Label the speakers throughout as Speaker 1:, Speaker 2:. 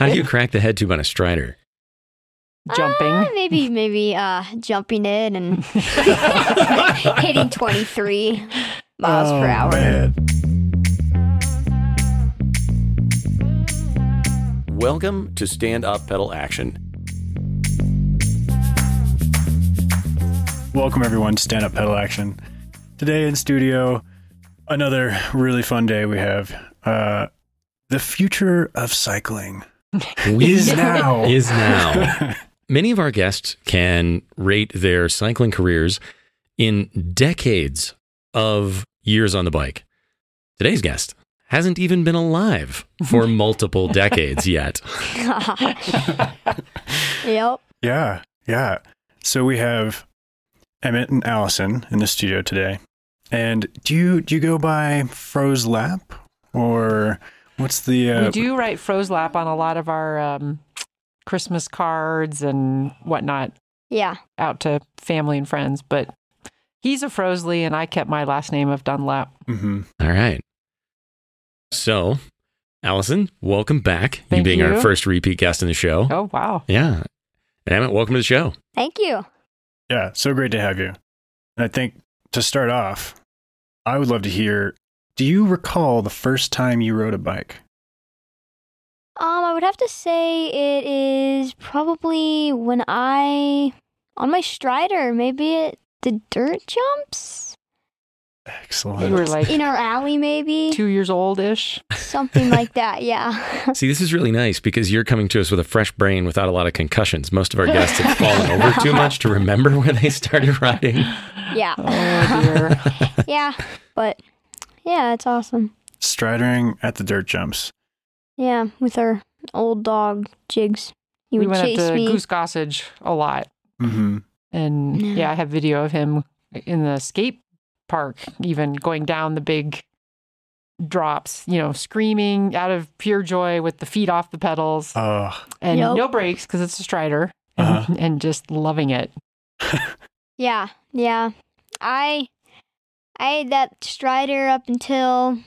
Speaker 1: How do you crack the head tube on a strider?
Speaker 2: Jumping.
Speaker 3: Uh, maybe, maybe uh, jumping in and hitting 23 miles
Speaker 2: Oh,
Speaker 3: per hour.
Speaker 1: Welcome to Stand Up Pedal Action.
Speaker 4: Welcome everyone to Stand Up Pedal Action. Today in studio, another really fun day we have. Uh, the future of cycling is now.
Speaker 1: is now. Many of our guests can rate their cycling careers in decades of years on the bike. Today's guest hasn't even been alive for multiple decades yet.
Speaker 3: yep.
Speaker 4: Yeah, yeah. So we have Emmett and Allison in the studio today. And do you do you go by Froze Lap or what's the uh,
Speaker 2: We do write Frozelap on a lot of our um, Christmas cards and whatnot
Speaker 3: Yeah.
Speaker 2: out to family and friends, but he's a Frosley and I kept my last name of Dunlap.
Speaker 4: mhm.
Speaker 1: All right. So, Allison, welcome back. you
Speaker 2: Thank
Speaker 1: being our
Speaker 2: you.
Speaker 1: first repeat guest in the show.
Speaker 2: Oh, wow.
Speaker 1: Yeah. And Emmett, welcome to the show.
Speaker 3: Thank you.
Speaker 4: Yeah, so great to have you. And I think to start off, I would love to hear do you recall the first time you rode a bike?
Speaker 3: Um, I would have to say it is probably when I on my Strider, maybe at the dirt jumps
Speaker 4: Excellent.
Speaker 2: You were like
Speaker 3: in our alley, maybe
Speaker 2: two years old ish.
Speaker 3: something like that. Yeah.
Speaker 1: See, this is really nice because you're coming to us with a fresh brain without a lot of concussions. Most of our guests have fallen over too much to remember where they started riding.
Speaker 3: Yeah.
Speaker 2: Oh, dear.
Speaker 3: yeah. But yeah, it's awesome.
Speaker 4: Stridering at the dirt jumps.
Speaker 3: Yeah, with our old dog Jigs, he
Speaker 2: we
Speaker 3: would
Speaker 2: went
Speaker 3: chase
Speaker 2: up to
Speaker 3: me.
Speaker 2: Goose Gossage a lot.
Speaker 4: Mm-hmm.
Speaker 2: And
Speaker 3: Yeah.
Speaker 2: yeah, I have video of him in the skate park, even going down the big drops, you know, screaming out of pure joy with the feet off the pedals
Speaker 4: Oh,
Speaker 2: and
Speaker 3: Yep.
Speaker 2: no brakes because it's a strider and,
Speaker 4: Uh-huh.
Speaker 2: and just loving it.
Speaker 3: Yeah, yeah. I I had that Strider up until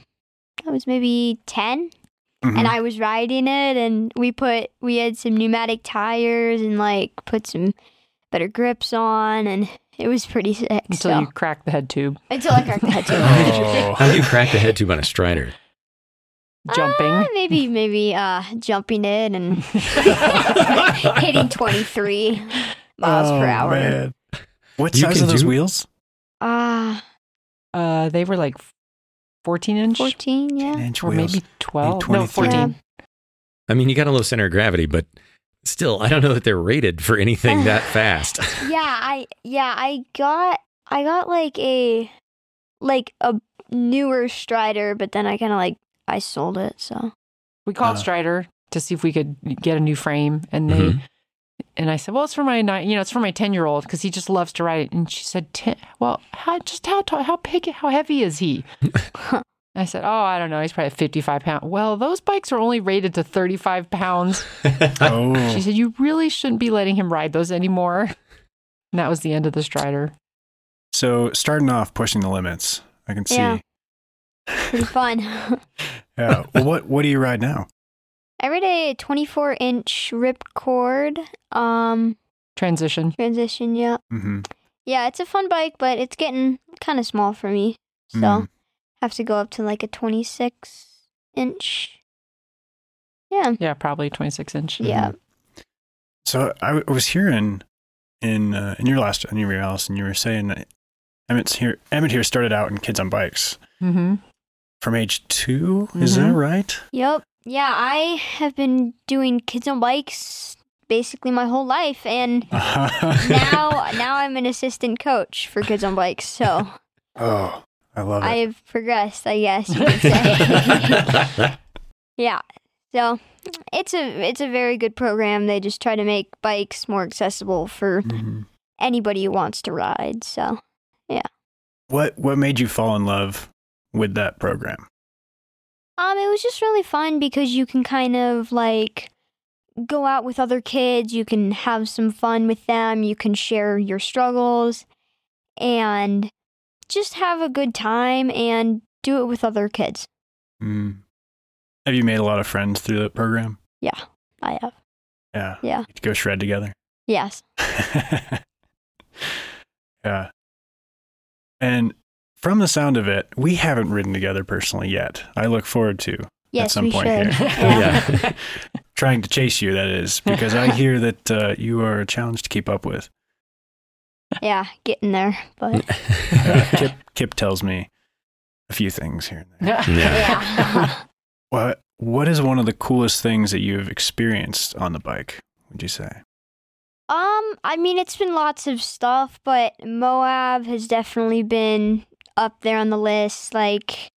Speaker 3: I was maybe 10
Speaker 4: mhm.
Speaker 3: and I was riding it, and we put we had some pneumatic tires and like put some better grips on, and it was pretty sick.
Speaker 2: Until
Speaker 3: so
Speaker 2: you crack the head tube,
Speaker 3: until I cracked the head tube.
Speaker 4: Oh.
Speaker 1: How do you crack the head tube on a strider?
Speaker 2: jumping.
Speaker 3: Uh, maybe maybe uh jumping in and Ah. hitting twenty three miles per
Speaker 4: Oh,
Speaker 3: hour.
Speaker 4: man. What
Speaker 1: You
Speaker 4: size
Speaker 1: can
Speaker 4: are those
Speaker 1: do-
Speaker 4: wheels?
Speaker 3: Ah,
Speaker 2: Uh, they were like 14 inch
Speaker 3: fourteen, yeah.
Speaker 4: 10-inch
Speaker 2: or
Speaker 4: wheels.
Speaker 2: maybe 12. No,
Speaker 4: 23.
Speaker 2: 14.
Speaker 1: I mean, you got a low center of gravity, but still, I don't know that they're rated for anything that fast.
Speaker 3: yeah i yeah i got i got like a like a newer strider but then i kind of like i sold it so
Speaker 2: We called
Speaker 4: Uh. Mm-hmm.
Speaker 2: Strider to see if we could get a new frame, and they
Speaker 1: Mhm.
Speaker 2: and I said, "Well, it's for my nine, you know, it's for my ten year old because he just loves to ride it." And she said, "Ten? Well, how just how tall, how big, how heavy is he?" I said, "Oh, I don't know. He's probably fifty five pounds." Well, those bikes are only rated to thirty five pounds. She
Speaker 4: Oh,
Speaker 2: said, "You really shouldn't be letting him ride those anymore." And that was the end of the Strider.
Speaker 4: so starting off pushing the limits. I can see.
Speaker 3: Yeah.
Speaker 4: Yeah.
Speaker 3: pretty fun
Speaker 4: Well, what what do you ride now?
Speaker 3: every day a 24 inch ripcord um
Speaker 2: Transition.
Speaker 3: transition yeah
Speaker 4: Mm-hmm.
Speaker 3: yeah it's a fun bike but it's getting kind of small for me so
Speaker 4: Mhm.
Speaker 3: have to go up to like a 26 inch yeah
Speaker 2: Yeah, probably twenty six inch.
Speaker 3: yeah
Speaker 4: Mm-hmm. So I w- was hearing in uh, in your last in your Allison, you were saying that Emmett's here. Emmett here started out in kids on bikes
Speaker 2: Mm-hmm.
Speaker 4: from age 2 Is that
Speaker 3: Mm-hmm.
Speaker 2: Mhm.
Speaker 4: right?
Speaker 3: Yep. Yeah, I have been doing kids on bikes basically my whole life and now now I'm an assistant coach for kids on bikes. So,
Speaker 4: oh, I love it.
Speaker 3: I've progressed, I guess you could say. yeah. So, it's a it's a very good program. They just try to make bikes more accessible for
Speaker 4: Mhm.
Speaker 3: anybody who wants to ride. So,
Speaker 4: What what made you fall in love with that program?
Speaker 3: Um, it was just really fun because you can kind of like go out with other kids, you can have some fun with them, you can share your struggles and just have a good time and do it with other kids.
Speaker 4: Mm. Have you made a lot of friends through that program?
Speaker 3: I I have.
Speaker 4: Yeah.
Speaker 3: Yeah.
Speaker 4: You'd go shred together.
Speaker 3: Yes.
Speaker 4: yeah. And from the sound of it, we haven't ridden together personally yet. I look forward to
Speaker 3: Yes,
Speaker 4: at some
Speaker 3: we
Speaker 4: point
Speaker 3: should.
Speaker 4: here.
Speaker 3: Yeah.
Speaker 1: Yeah.
Speaker 4: Trying to chase you, that is, because I hear that uh, you are a challenge to keep up with.
Speaker 3: yeah, getting there. But
Speaker 4: Uh, Kip, Kip tells me a few things here and there.
Speaker 3: yeah.
Speaker 4: What, what is one of the coolest things that you've experienced on the bike, would you say?
Speaker 3: um, I mean, it's been lots of stuff, but Moab has definitely been up there on the list. Like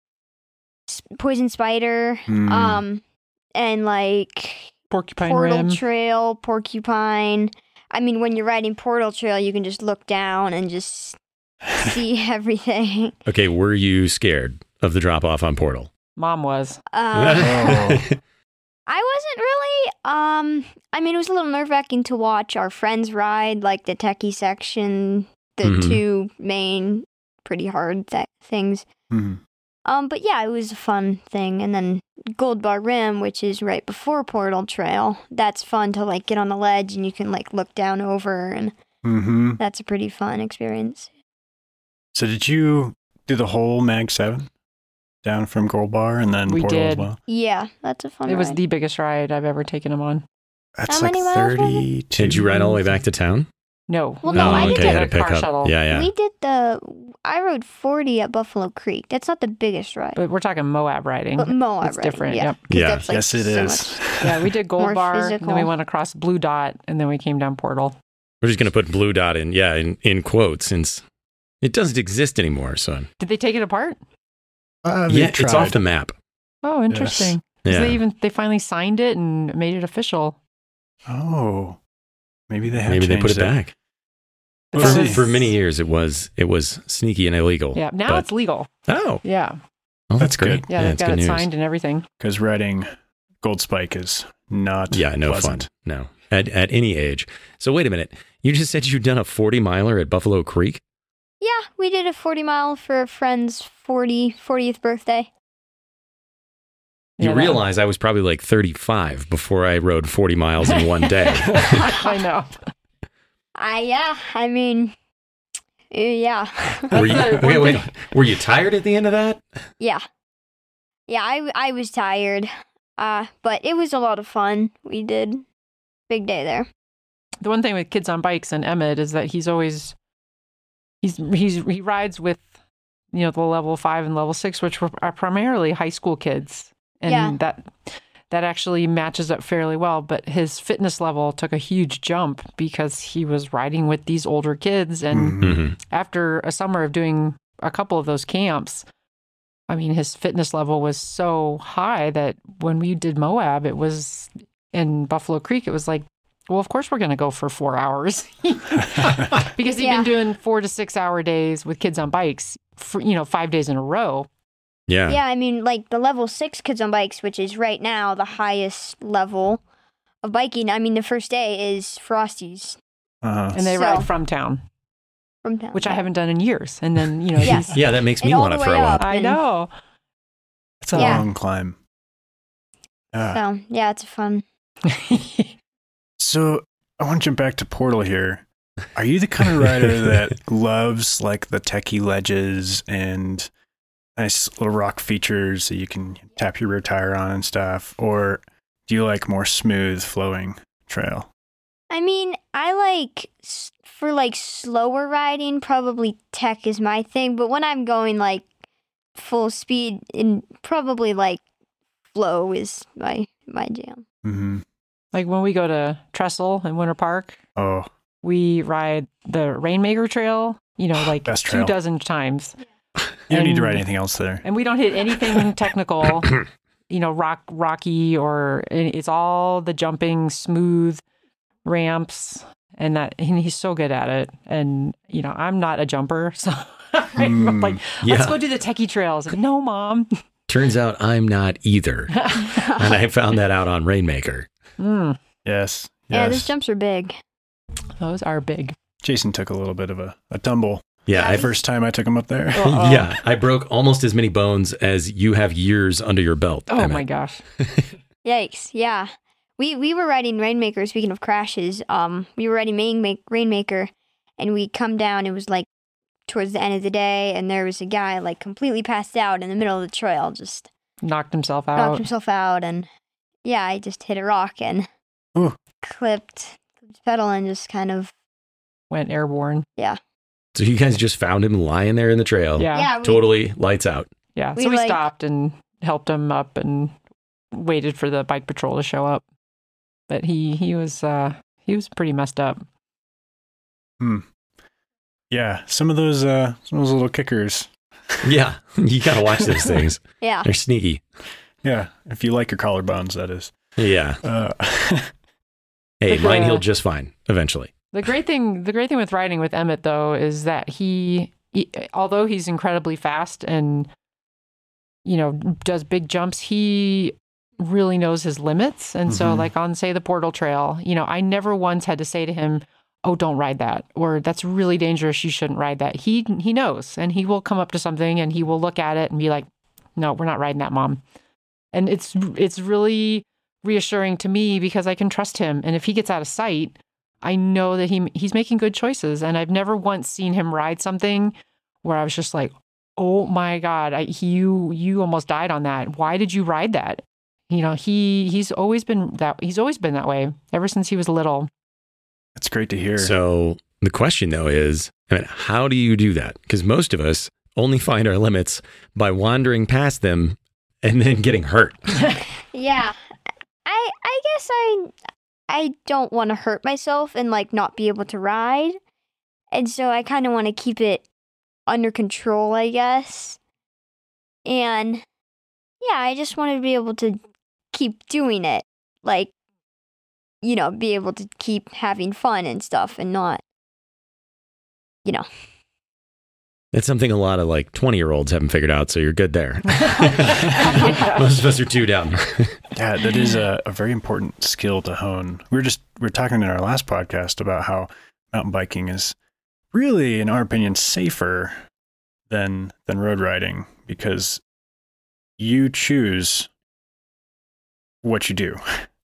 Speaker 3: s- Poison Spider,
Speaker 4: Hmm.
Speaker 3: um, and like
Speaker 2: Porcupine
Speaker 3: Portal
Speaker 2: Rim.
Speaker 3: Trail, Porcupine. I mean, when you're riding Portal Trail, you can just look down and just see everything.
Speaker 1: okay, were you scared of the drop off on Portal?
Speaker 2: Mom was.
Speaker 3: Um, I wasn't really. Um, I mean, it was a little nerve wracking to watch our friends ride, like the techie section, the
Speaker 1: Mhm.
Speaker 3: two main pretty hard th- things.
Speaker 4: Hmm.
Speaker 3: Um, but yeah, it was a fun thing. And then Gold Bar Rim, which is right before Portal Trail, that's fun to like get on the ledge and you can like look down over, and
Speaker 4: Mm-hmm.
Speaker 3: that's a pretty fun experience.
Speaker 4: So did you do the whole Mag Seven down from Gold Bar and then
Speaker 2: We
Speaker 4: Portal as
Speaker 2: did.
Speaker 4: well?
Speaker 3: Yeah, that's a fun.
Speaker 2: It was
Speaker 3: ride.
Speaker 2: the biggest ride I've ever taken him on.
Speaker 4: That's
Speaker 3: How
Speaker 4: like
Speaker 3: many miles was it?
Speaker 4: thirty-two.
Speaker 1: Did you ride all the way back to town?
Speaker 2: No.
Speaker 3: Well, no,
Speaker 1: oh,
Speaker 3: I did
Speaker 1: okay, you
Speaker 3: it
Speaker 1: had
Speaker 2: a
Speaker 1: to pick
Speaker 2: car
Speaker 1: up.
Speaker 2: shuttle.
Speaker 1: Yeah, yeah.
Speaker 3: We did the. I rode forty at Buffalo Creek. That's not the biggest ride,
Speaker 2: But we're talking Moab riding.
Speaker 3: but Moab
Speaker 2: it's
Speaker 3: riding,
Speaker 2: different.
Speaker 3: Yeah,
Speaker 2: Yep.
Speaker 3: 'cause
Speaker 1: Yeah.
Speaker 3: that's, like,
Speaker 4: yes, it
Speaker 3: so
Speaker 4: is.
Speaker 3: much-
Speaker 2: Yeah, we did Gold
Speaker 3: More
Speaker 2: Bar, and then
Speaker 3: physical.
Speaker 2: we went across Blue Dot, and then we came down Portal.
Speaker 1: We're just gonna put blue dot in, yeah, in, in quotes since it doesn't exist anymore. So
Speaker 2: Did they take it apart?
Speaker 4: Uh, they
Speaker 1: yeah, it's off
Speaker 4: tried.
Speaker 1: the map.
Speaker 2: Oh, interesting. 'Cause
Speaker 1: Yeah,
Speaker 2: They even they finally signed it and made it official.
Speaker 4: Oh, maybe they have
Speaker 1: maybe they put it
Speaker 4: changed
Speaker 1: back.
Speaker 2: But
Speaker 4: We'll
Speaker 2: that
Speaker 1: For,
Speaker 4: see.
Speaker 2: was-
Speaker 1: for many years, it was it was sneaky and illegal.
Speaker 2: Yeah, now
Speaker 1: but-
Speaker 2: it's legal.
Speaker 1: oh,
Speaker 2: Yeah,
Speaker 1: well, that's
Speaker 4: That's good.
Speaker 1: great.
Speaker 2: yeah, they've
Speaker 1: it's
Speaker 2: got
Speaker 1: good news.
Speaker 2: it signed and everything.
Speaker 4: because riding Gold Spike is not.
Speaker 1: Yeah, no
Speaker 4: pleasant.
Speaker 1: fun. No, at at any age. So wait a minute. You just said you'd done a forty miler at Buffalo Creek.
Speaker 3: Yeah, we did a 40 mile for a friend's 40 40th birthday.
Speaker 1: You
Speaker 2: Yeah, that-
Speaker 1: realize I was probably like thirty five before I rode forty miles in one day.
Speaker 2: I know.
Speaker 3: I yeah, I mean uh, yeah.
Speaker 1: were you
Speaker 2: That's the
Speaker 1: wait,
Speaker 2: one
Speaker 1: wait, Were you tired at the end of that?
Speaker 3: yeah. Yeah, I I was tired. Uh but it was a lot of fun. We did big day there.
Speaker 2: The one thing with kids on bikes and Emmett is that he's always he's he's he rides with you know the level five and level six, which were, are primarily high school kids, and
Speaker 3: Yeah.
Speaker 2: that that actually matches up fairly well. But his fitness level took a huge jump because he was riding with these older kids and.
Speaker 1: Mm-hmm.
Speaker 4: Mhm.
Speaker 2: after a summer of doing a couple of those camps, I mean, his fitness level was so high that when we did Moab, it was in Buffalo Creek, it was like, well, of course we're going to go for four hours because he'd
Speaker 3: Yeah.
Speaker 2: been doing four to six hour days with kids on bikes for, you know, five days in a row.
Speaker 1: Yeah.
Speaker 3: Yeah. I mean like the level 6 kids on bikes, which is right now the highest level of biking. I mean the first day is Frosties
Speaker 4: Uh-huh.
Speaker 2: And they
Speaker 3: So-
Speaker 2: ride from town,
Speaker 3: from town.
Speaker 2: which I haven't done in years. And then, you know,
Speaker 3: Yeah.
Speaker 2: these-
Speaker 1: Yeah, that makes me
Speaker 3: And all
Speaker 1: want to
Speaker 3: the way
Speaker 1: throw up.
Speaker 3: up.
Speaker 2: I know.
Speaker 4: It's a
Speaker 3: Yeah.
Speaker 4: long climb. Ah. Yeah.
Speaker 3: So, yeah, it's fun.
Speaker 4: So I want to jump back to Portal here. Are you the kind of rider that loves like the techie ledges and nice little rock features that you can tap your rear tire on and stuff, or do you like more smooth flowing trail?
Speaker 3: I mean, I like s- for like slower riding, probably tech is my thing, but when I'm going like full speed and probably like flow is my my jam.
Speaker 4: Mm-hmm.
Speaker 2: like when we go to Trestle in Winter Park,
Speaker 4: Oh,
Speaker 2: we ride the Rainmaker Trail, you know, like
Speaker 4: Best
Speaker 2: two
Speaker 4: trail.
Speaker 2: dozen times.
Speaker 4: you don't need
Speaker 2: And-
Speaker 4: to ride anything else there.
Speaker 2: And we don't hit anything technical, you know, rock rocky or it's all the jumping smooth ramps and that and he's so good at it. And you know, I'm not a jumper, so I'm
Speaker 4: Mm.
Speaker 2: like,
Speaker 1: Yeah.
Speaker 2: let's go do the techie trails. Like, no, mom.
Speaker 1: Turns out I'm not either. and I found that out on Rainmaker.
Speaker 2: Mm,
Speaker 4: Yes.
Speaker 3: Yeah,
Speaker 4: Yes.
Speaker 3: those jumps are big.
Speaker 2: those are big.
Speaker 4: Jason took a little bit of a, a tumble
Speaker 1: Yeah,
Speaker 4: the
Speaker 1: I,
Speaker 4: first time I took him up there.
Speaker 2: Uh-oh.
Speaker 1: yeah, I broke almost as many bones as you have years under your belt.
Speaker 2: Oh
Speaker 1: Emmett.
Speaker 2: my gosh.
Speaker 3: Yikes! Yeah, We we were riding Rainmaker. Speaking of crashes, um, we were riding Rainmaker, Rainmaker, and we come down. It was like towards the end of the day, and there was a guy like completely passed out in the middle of the trail, just
Speaker 2: Knocked himself
Speaker 3: knocked
Speaker 2: out.
Speaker 3: himself out, and yeah, I just hit a rock and
Speaker 4: Oh.
Speaker 3: clipped, clipped his pedal and just kind of
Speaker 2: Went airborne.
Speaker 1: So you guys just found him lying there in the
Speaker 4: Oh.
Speaker 1: trail.
Speaker 2: Yeah.
Speaker 3: yeah, we-
Speaker 1: Totally lights out.
Speaker 2: Yeah.
Speaker 3: We,
Speaker 2: so we
Speaker 3: like-
Speaker 2: stopped and helped him up and waited for the bike patrol to show up. But he he was uh he was pretty messed up.
Speaker 4: Yeah, some of those uh some of those little kickers.
Speaker 1: Yeah. you got to watch those things.
Speaker 3: yeah.
Speaker 1: They're sneaky.
Speaker 4: Yeah, if you like your collarbones, that is.
Speaker 1: Yeah.
Speaker 4: Uh,
Speaker 1: Hey,
Speaker 2: Like,
Speaker 1: mine
Speaker 2: uh,
Speaker 1: healed just fine eventually.
Speaker 2: The great thing, the great thing with riding with Emmett though is that he, he- although he's incredibly fast and you know does big jumps, he really knows his limits. And so,
Speaker 4: Mhm.
Speaker 2: like on say the Portal Trail, you know, I never once had to say to him, "Oh, don't ride that," or "That's really dangerous. You shouldn't ride that." He he knows, and he will come up to something and he will look at it and be like, "No, we're not riding that, mom." And it's it's really reassuring to me because I can trust him. And if he gets out of sight, I know that he he's making good choices, and I've never once seen him ride something where I was just like, "Oh my god, I, he, you you almost died on that. Why did you ride that?" You know, he he's always been that he's always been that way ever since he was little.
Speaker 4: it's great to hear.
Speaker 1: So the question though is, I mean, how do you do that? Because most of us only find our limits by wandering past them and then getting hurt.
Speaker 3: Yeah. I I guess I I don't want to hurt myself and like not be able to ride. And so I kind of want to keep it under control, I guess. And yeah, I just want to be able to keep doing it. Like you know, be able to keep having fun and stuff and not
Speaker 1: That's something a lot of like 20 year olds haven't figured out. So you're good there.
Speaker 2: Yeah.
Speaker 1: most of us are two down.
Speaker 4: Yeah, that is a, a very important skill to hone. We were just we were talking in our last podcast about how mountain biking is really, in our opinion, safer than than road riding because you choose what you do,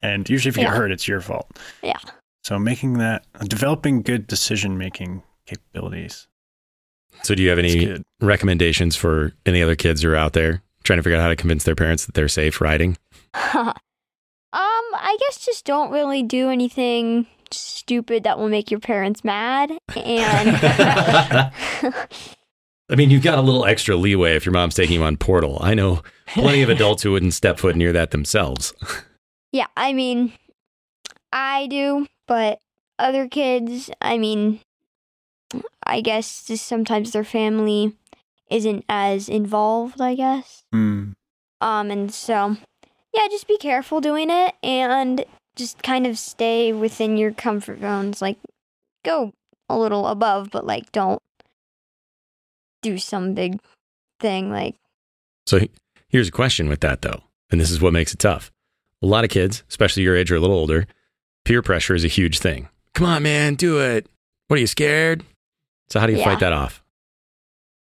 Speaker 4: and usually if you
Speaker 3: Yeah.
Speaker 4: get hurt, it's your fault.
Speaker 3: Yeah.
Speaker 4: So making that developing good decision making capabilities.
Speaker 1: so do you have
Speaker 4: is
Speaker 1: any
Speaker 4: good.
Speaker 1: recommendations for any other kids who are out there trying to figure out how to convince their parents that they're safe riding?
Speaker 3: um, I guess just don't really do anything stupid that will make your parents mad and
Speaker 1: I mean, you've got a little extra leeway if your mom's taking you on Portal. I know plenty of adults who wouldn't step foot near that themselves.
Speaker 3: Yeah, I mean, I do, but other kids, I mean, I guess just sometimes their family isn't as involved, I guess.
Speaker 4: Mm.
Speaker 3: Um, and so, yeah, just be careful doing it and just kind of stay within your comfort zones. Like, go a little above, but like, don't do some big thing. Like,
Speaker 1: So he- here's a question with that, though, and this is what makes it tough. A lot of kids, especially your age or a little older, peer pressure is a huge thing. Come on, man, do it. What are you scared? So how do you
Speaker 3: Yeah.
Speaker 1: fight that off?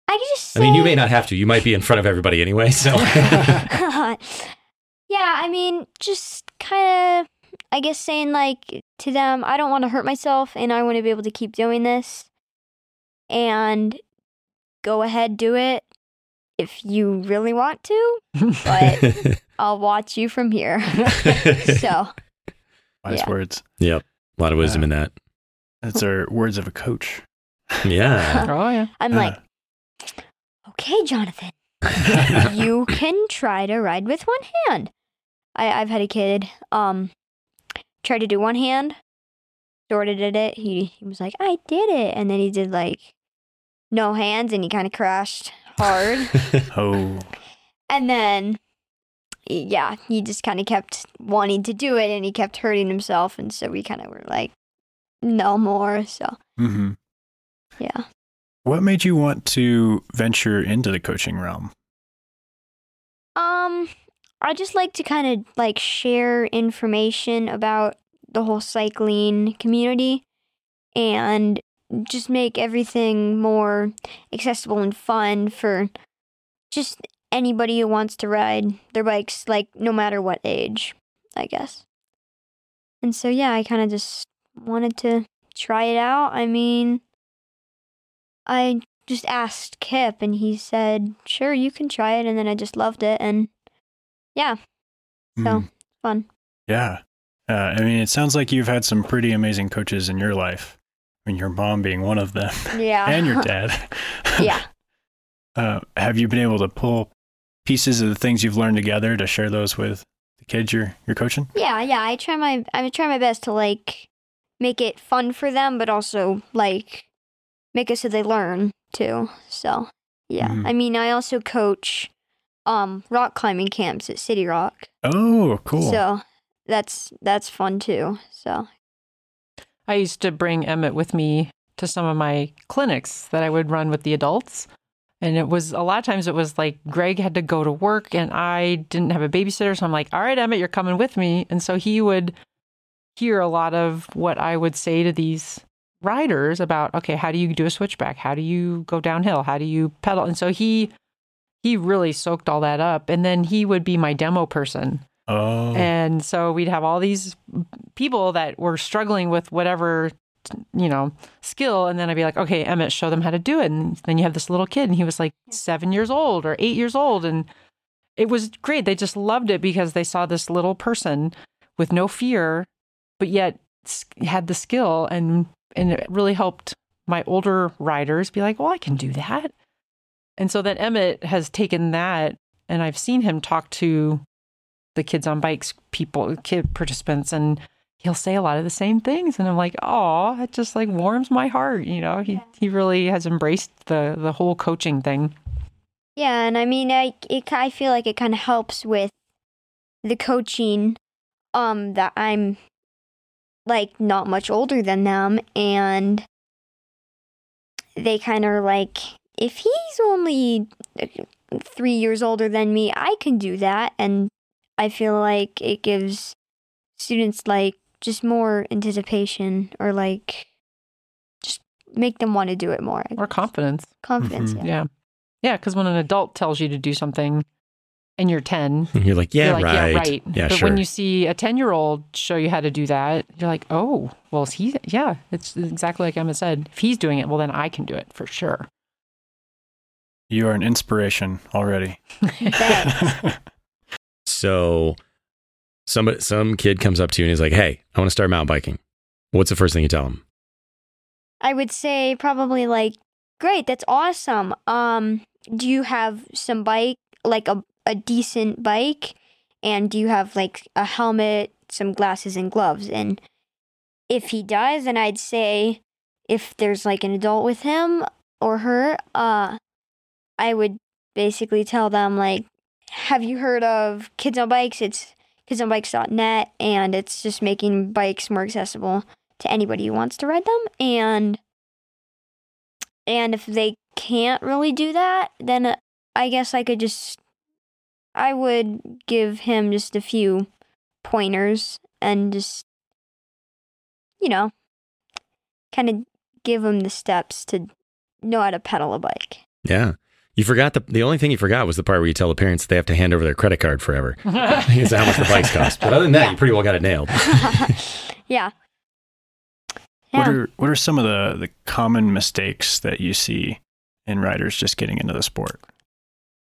Speaker 3: I could just.
Speaker 1: I mean, you
Speaker 3: say-
Speaker 1: may not have to. You might be in front of everybody anyway. So
Speaker 3: yeah, I mean, just kind of, I guess, saying like to them, I don't want to hurt myself and I want to be able to keep doing this and go ahead, do it if you really want to, but I'll watch you from here. So,
Speaker 4: Wise
Speaker 3: Yeah.
Speaker 4: words.
Speaker 1: Yep. A lot of wisdom in that.
Speaker 4: That's our words of a coach.
Speaker 1: Yeah.
Speaker 2: oh yeah.
Speaker 3: I'm
Speaker 4: Yeah.
Speaker 3: like, okay, Jonathan, you can try to ride with one hand. I, I've had a kid um try to do one hand, sort of did it. He, he was like, I did it. And then he did like no hands and he kind of crashed hard.
Speaker 4: oh,
Speaker 3: and then, yeah, he just kind of kept wanting to do it and he kept hurting himself. And so we kind of were like, no more. So,
Speaker 4: mm-hmm.
Speaker 3: yeah.
Speaker 4: What made you want to venture into the coaching realm?
Speaker 3: Um, I just like to kind of like share information about the whole cycling community and just make everything more accessible and fun for just anybody who wants to ride their bikes, like no matter what age, I guess. And so, yeah, I kind of just wanted to try it out. I mean, I just asked Kip, and he said, sure, you can try it. And then I just loved it. And yeah, so
Speaker 4: Mm.
Speaker 3: fun.
Speaker 4: Yeah. Uh, I mean, it sounds like you've had some pretty amazing coaches in your life. I mean, your mom being one of them
Speaker 3: Yeah.
Speaker 4: and your dad.
Speaker 3: yeah.
Speaker 4: Uh, have you been able to pull pieces of the things you've learned together to share those with the kids you're, you're coaching?
Speaker 3: Yeah, yeah. I try my I try my best to like make it fun for them, but also like make it so they learn too. So yeah.
Speaker 4: Mhm.
Speaker 3: I mean I also coach um rock climbing camps at City Rock.
Speaker 4: Oh, cool.
Speaker 3: So that's that's fun too. So
Speaker 2: I used to bring Emmett with me to some of my clinics that I would run with the adults. And it was a lot of times it was like Greg had to go to work and I didn't have a babysitter. So I'm like, all right, Emmett, you're coming with me. And so he would hear a lot of what I would say to these riders about, okay, how do you do a switchback? How do you go downhill? How do you pedal? And so he he really soaked all that up. And then he would be my demo person.
Speaker 4: oh,
Speaker 2: And so we'd have all these people that were struggling with whatever, you know, skill. And then I'd be like, okay, Emmett, show them how to do it. And then you have this little kid, and he was like seven years old or eight years old. And it was great. They just loved it because they saw this little person with no fear, but yet s- had the skill. And, and it really helped my older riders be like, well, I can do that. And so then Emmett has taken that, and I've seen him talk to the kids on bikes people kid participants and he'll say a lot of the same things and i'm like oh it just like warms my heart you know he
Speaker 3: Yeah.
Speaker 2: he really has embraced the the whole coaching thing
Speaker 3: yeah, and I mean I it, ki- I feel like it kind of helps with the coaching um that I'm like not much older than them and they kind of are like if he's only 3 years older than me I can do that and I feel like it gives students like just more anticipation or like just make them want to do it more I
Speaker 2: or Mm-hmm. confidence
Speaker 3: confidence yeah.
Speaker 4: Mhm.
Speaker 2: yeah yeah because when an adult tells you to do something and you're 10
Speaker 1: You're like, yeah,
Speaker 2: you're like
Speaker 1: right.
Speaker 2: yeah right but
Speaker 1: sure.
Speaker 2: when you see a 10 year old show you how to do that you're like oh well he yeah it's exactly like emma said if he's doing it well then i can do it for sure
Speaker 4: you are an inspiration already.
Speaker 1: so some some kid comes up to you and he's like, "Hey, I want to start mountain biking." What's the first thing you tell him?
Speaker 3: I would say probably like, great, that's awesome. Um, do you have some bike, like a a decent bike, and do you have like a helmet, some glasses, and gloves? And if he does, then I'd say, if there's like an adult with him or her, uh, I would basically tell them like, have you heard of Kids on Bikes? It's kidsonbikes.net, and it's just making bikes more accessible to anybody who wants to ride them and and if they can't really do that then uh, i guess i could just i would give him just a few pointers and just you know kind of give him the steps to know how to pedal a bike
Speaker 1: Yeah. You forgot the the only thing you forgot was the part where you tell the parents they have to hand over their credit card forever. Is how much the bikes cost. But other than that, you pretty well got it nailed.
Speaker 3: yeah
Speaker 4: What
Speaker 3: yeah
Speaker 4: are what are some of the, the common mistakes that you see in riders just getting into the sport?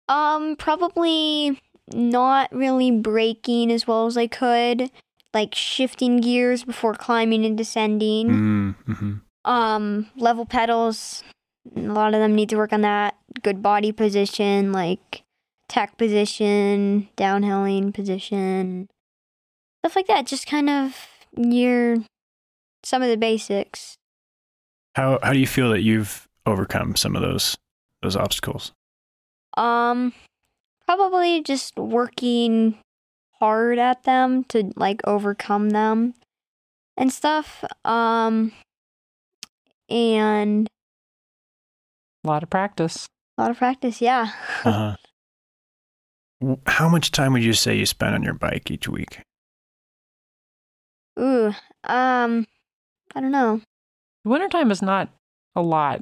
Speaker 3: um probably not really braking as well as i could like shifting gears before climbing and descending
Speaker 4: Mm-hmm.
Speaker 3: um level pedals a lot of them need to work on that good body position like tack position downhilling position stuff like that just kind of your some of the basics
Speaker 4: How how do you feel that you've overcome some of those those obstacles?
Speaker 3: um probably just working hard at them to like overcome them and stuff um and
Speaker 2: a lot of practice
Speaker 3: a lot of practice yeah
Speaker 4: Uh-huh. W- How much time would you say you spend on your bike each week?
Speaker 3: ooh um i don't know
Speaker 2: wintertime is not a lot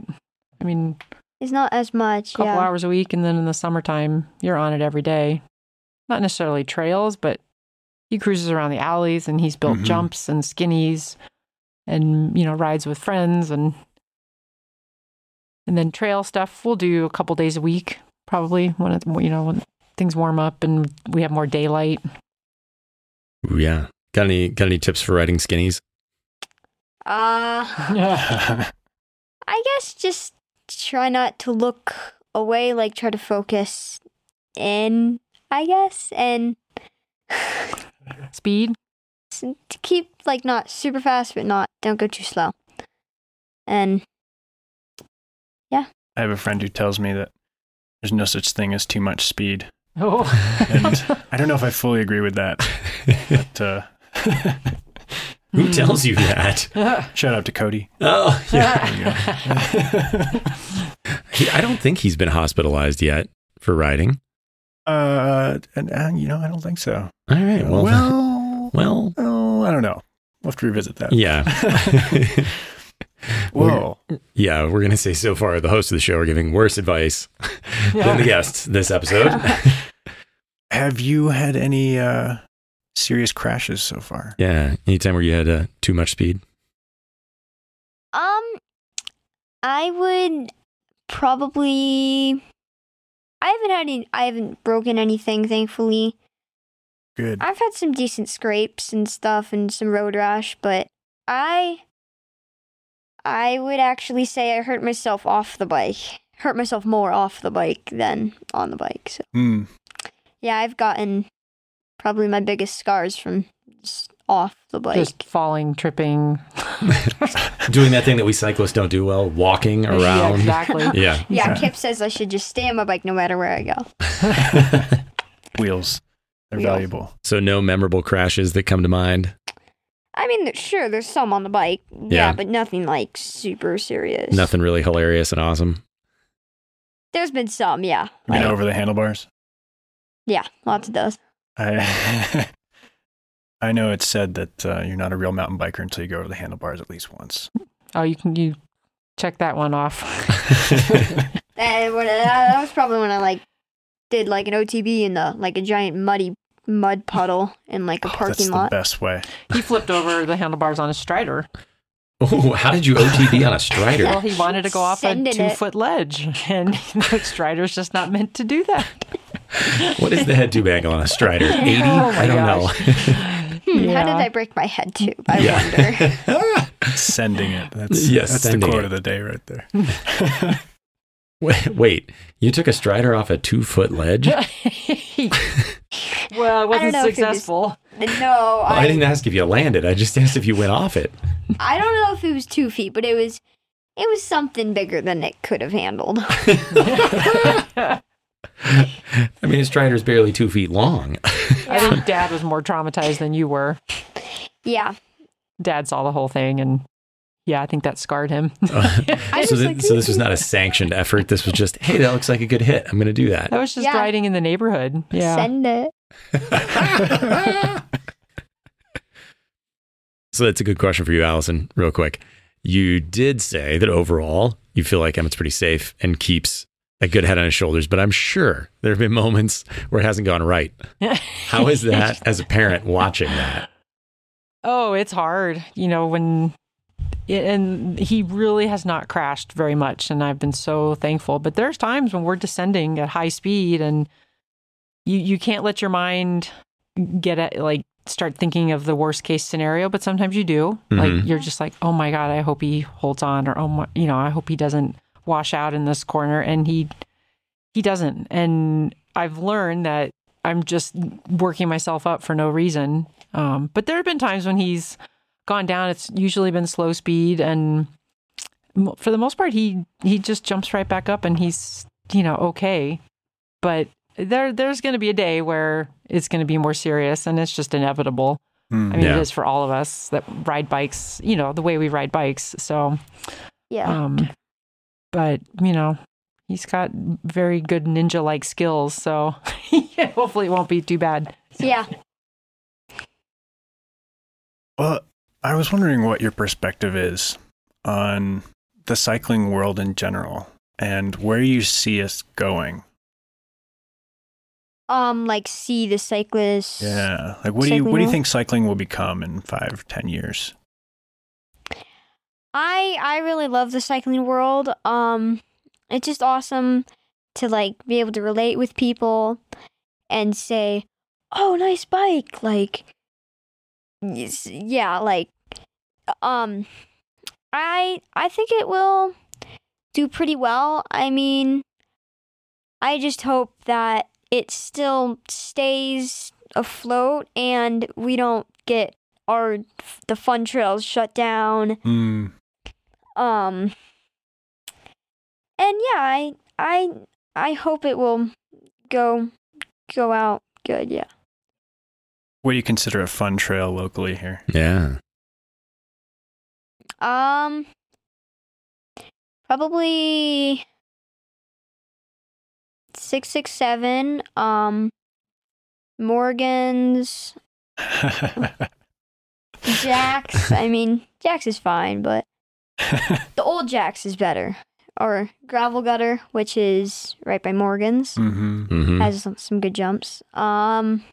Speaker 2: i mean
Speaker 3: It's not as much.
Speaker 2: couple
Speaker 3: yeah.
Speaker 2: hours a week and then in the summertime you're on it every day not necessarily trails but he cruises around the alleys and he's built
Speaker 1: Mm-hmm.
Speaker 4: Mhm.
Speaker 2: jumps and skinnies and you know rides with friends and and then trail stuff we'll do a couple days a week probably when it, you know when things warm up and we have more daylight
Speaker 1: Ooh, yeah. Got any got any tips for riding skinnies?
Speaker 3: Uh, I guess just try not to look away, like try to focus in, I guess, and
Speaker 2: speed
Speaker 3: s- to keep like not super fast, but not don't go too slow. And
Speaker 4: I have a friend who tells me that there's no such thing as too much speed.
Speaker 2: oh
Speaker 4: And I don't know if I fully agree with that, but uh,
Speaker 1: Who tells you that?
Speaker 4: shout out to Cody.
Speaker 1: Oh, yeah.
Speaker 4: There you go.
Speaker 1: He- I don't think he's been hospitalized yet for riding.
Speaker 4: uh, and, uh, you know, I don't think so.
Speaker 1: All right. Well, well,
Speaker 4: well, oh, I don't know. We'll have to revisit that.
Speaker 1: yeah.
Speaker 4: Whoa.
Speaker 1: yeah, we're going to say so far the hosts of the show are giving worse advice than the guests this episode.
Speaker 4: Have you had any uh, serious crashes so far?
Speaker 1: yeah. Anytime where you had uh, too much speed.
Speaker 3: um, I would probably. I haven't had any. I haven't broken anything, thankfully.
Speaker 4: Good.
Speaker 3: I've had some decent scrapes and stuff and some road rash, but I I would actually say I hurt myself off the bike. Hurt myself more off the bike than on the bike. So
Speaker 4: Mm.
Speaker 3: yeah, I've gotten probably my biggest scars from just off the bike.
Speaker 2: just falling tripping
Speaker 1: Doing that thing that we cyclists don't do well, walking
Speaker 2: yeah,
Speaker 1: around.
Speaker 2: exactly
Speaker 1: Yeah.
Speaker 3: yeah,
Speaker 4: Yeah.
Speaker 3: Kip says I should just stay on my bike no matter where I go.
Speaker 4: Wheels. They're
Speaker 3: Wheels.
Speaker 4: valuable.
Speaker 1: So no memorable crashes that come to mind.
Speaker 3: I mean, there- sure, there's some on the bike. Yeah,
Speaker 1: Yeah.
Speaker 3: but nothing like super serious.
Speaker 1: Nothing really hilarious and awesome.
Speaker 3: There's been some, yeah.
Speaker 4: You mean
Speaker 3: Like-
Speaker 4: over the handlebars?
Speaker 3: yeah, lots of those.
Speaker 4: I I know it's said that uh, you're not a real mountain biker until you go over the handlebars at least once.
Speaker 2: oh you can you check that one off
Speaker 3: And when, uh, that was probably when I like did like an OTB in the like a giant muddy mud puddle in like a
Speaker 4: Oh, that's
Speaker 3: parking
Speaker 4: the
Speaker 3: lot.
Speaker 4: best way.
Speaker 2: he flipped over the handlebars on a strider
Speaker 1: Oh, how did you OTB on a strider?
Speaker 2: Well, he wanted to go off a
Speaker 3: Sending
Speaker 2: two
Speaker 3: it.
Speaker 2: foot ledge, and the Strider's just not meant to do that.
Speaker 1: What is the head to bag on a strider? 80?
Speaker 2: Oh my
Speaker 1: I don't
Speaker 3: Hmm, How did
Speaker 2: Yeah.
Speaker 3: I break my head tube? I
Speaker 1: Yeah.
Speaker 3: wonder.
Speaker 1: know.
Speaker 4: Sending it. That's
Speaker 1: Yes,
Speaker 4: that's the
Speaker 1: sending
Speaker 4: quote
Speaker 1: it.
Speaker 4: of the day right there.
Speaker 1: Wait, wait, you took a strider off a two foot ledge?
Speaker 2: well, it
Speaker 3: I don't
Speaker 2: wasn't
Speaker 3: know if it was-
Speaker 2: successful.
Speaker 3: no,
Speaker 1: Well, I
Speaker 3: I,
Speaker 1: didn't ask if you landed. I just asked if you went off it.
Speaker 3: I don't know if it was two feet, but it was it was something bigger than it could have handled.
Speaker 1: I mean, a strider's barely two feet long.
Speaker 2: I think Dad was more traumatized than you were.
Speaker 3: yeah,
Speaker 2: Dad saw the whole thing, and yeah, I think that scarred him.
Speaker 3: I
Speaker 1: so,
Speaker 3: was
Speaker 1: thi-
Speaker 3: like,
Speaker 1: so this was not a sanctioned effort. This was just, hey, that looks like a good hit. I'm going to do that.
Speaker 2: That was just
Speaker 3: Yeah.
Speaker 2: riding in the neighborhood. Yeah.
Speaker 3: send it.
Speaker 1: So that's a good question for you, Allison, real quick. You did say that overall you feel like Emmett's pretty safe and keeps a good head on his shoulders, but I'm sure there have been moments where it hasn't gone right. How is that as a parent watching that?
Speaker 2: Oh, it's hard. You know, when and he really has not crashed very much and I've been so thankful. But there's times when we're descending at high speed and you you can't let your mind get at like start thinking of the worst case scenario, but sometimes you do.
Speaker 1: Mhm.
Speaker 2: Like you're just like, "Oh my god, I hope he holds on or oh my, you know, I hope he doesn't wash out in this corner." And he he doesn't. And I've learned that I'm just working myself up for no reason. Um, but there have been times when he's gone down. It's usually been slow speed, and mo- for the most part, he he just jumps right back up, and he's you know okay. But there there's going to be a day where it's going to be more serious, and it's just inevitable.
Speaker 4: Mm.
Speaker 2: I mean,
Speaker 1: Yeah.
Speaker 2: it is for all of us that ride bikes. You know the way we ride bikes. So,
Speaker 3: Yeah,
Speaker 2: um, but you know. He's got very good ninja-like skills, so hopefully it won't be too bad.
Speaker 3: yeah.
Speaker 4: Well, I was wondering what your perspective is on the cycling world in general and where you see us going.
Speaker 3: um like see the cyclists.
Speaker 4: Yeah. Like what do you what do
Speaker 3: Cycling
Speaker 4: you
Speaker 3: will?
Speaker 4: think cycling will become in five, ten years?
Speaker 3: I I really love the cycling world. Um it's just awesome to like be able to relate with people and say, "Oh, nice bike." Like yes- yeah, like um I I think it will do pretty well. I mean, I just hope that it still stays afloat and we don't get our the fun trails shut down
Speaker 4: Hmm.
Speaker 3: um and yeah i i i hope it will go go out good yeah
Speaker 4: What do you consider a fun trail locally here?
Speaker 1: Yeah.
Speaker 3: um probably 667 um morgan's jax i mean jax is fine but the old jax is better or gravel gutter which is right by morgan's
Speaker 4: hmm
Speaker 1: hmm
Speaker 3: has some, some good jumps. Um,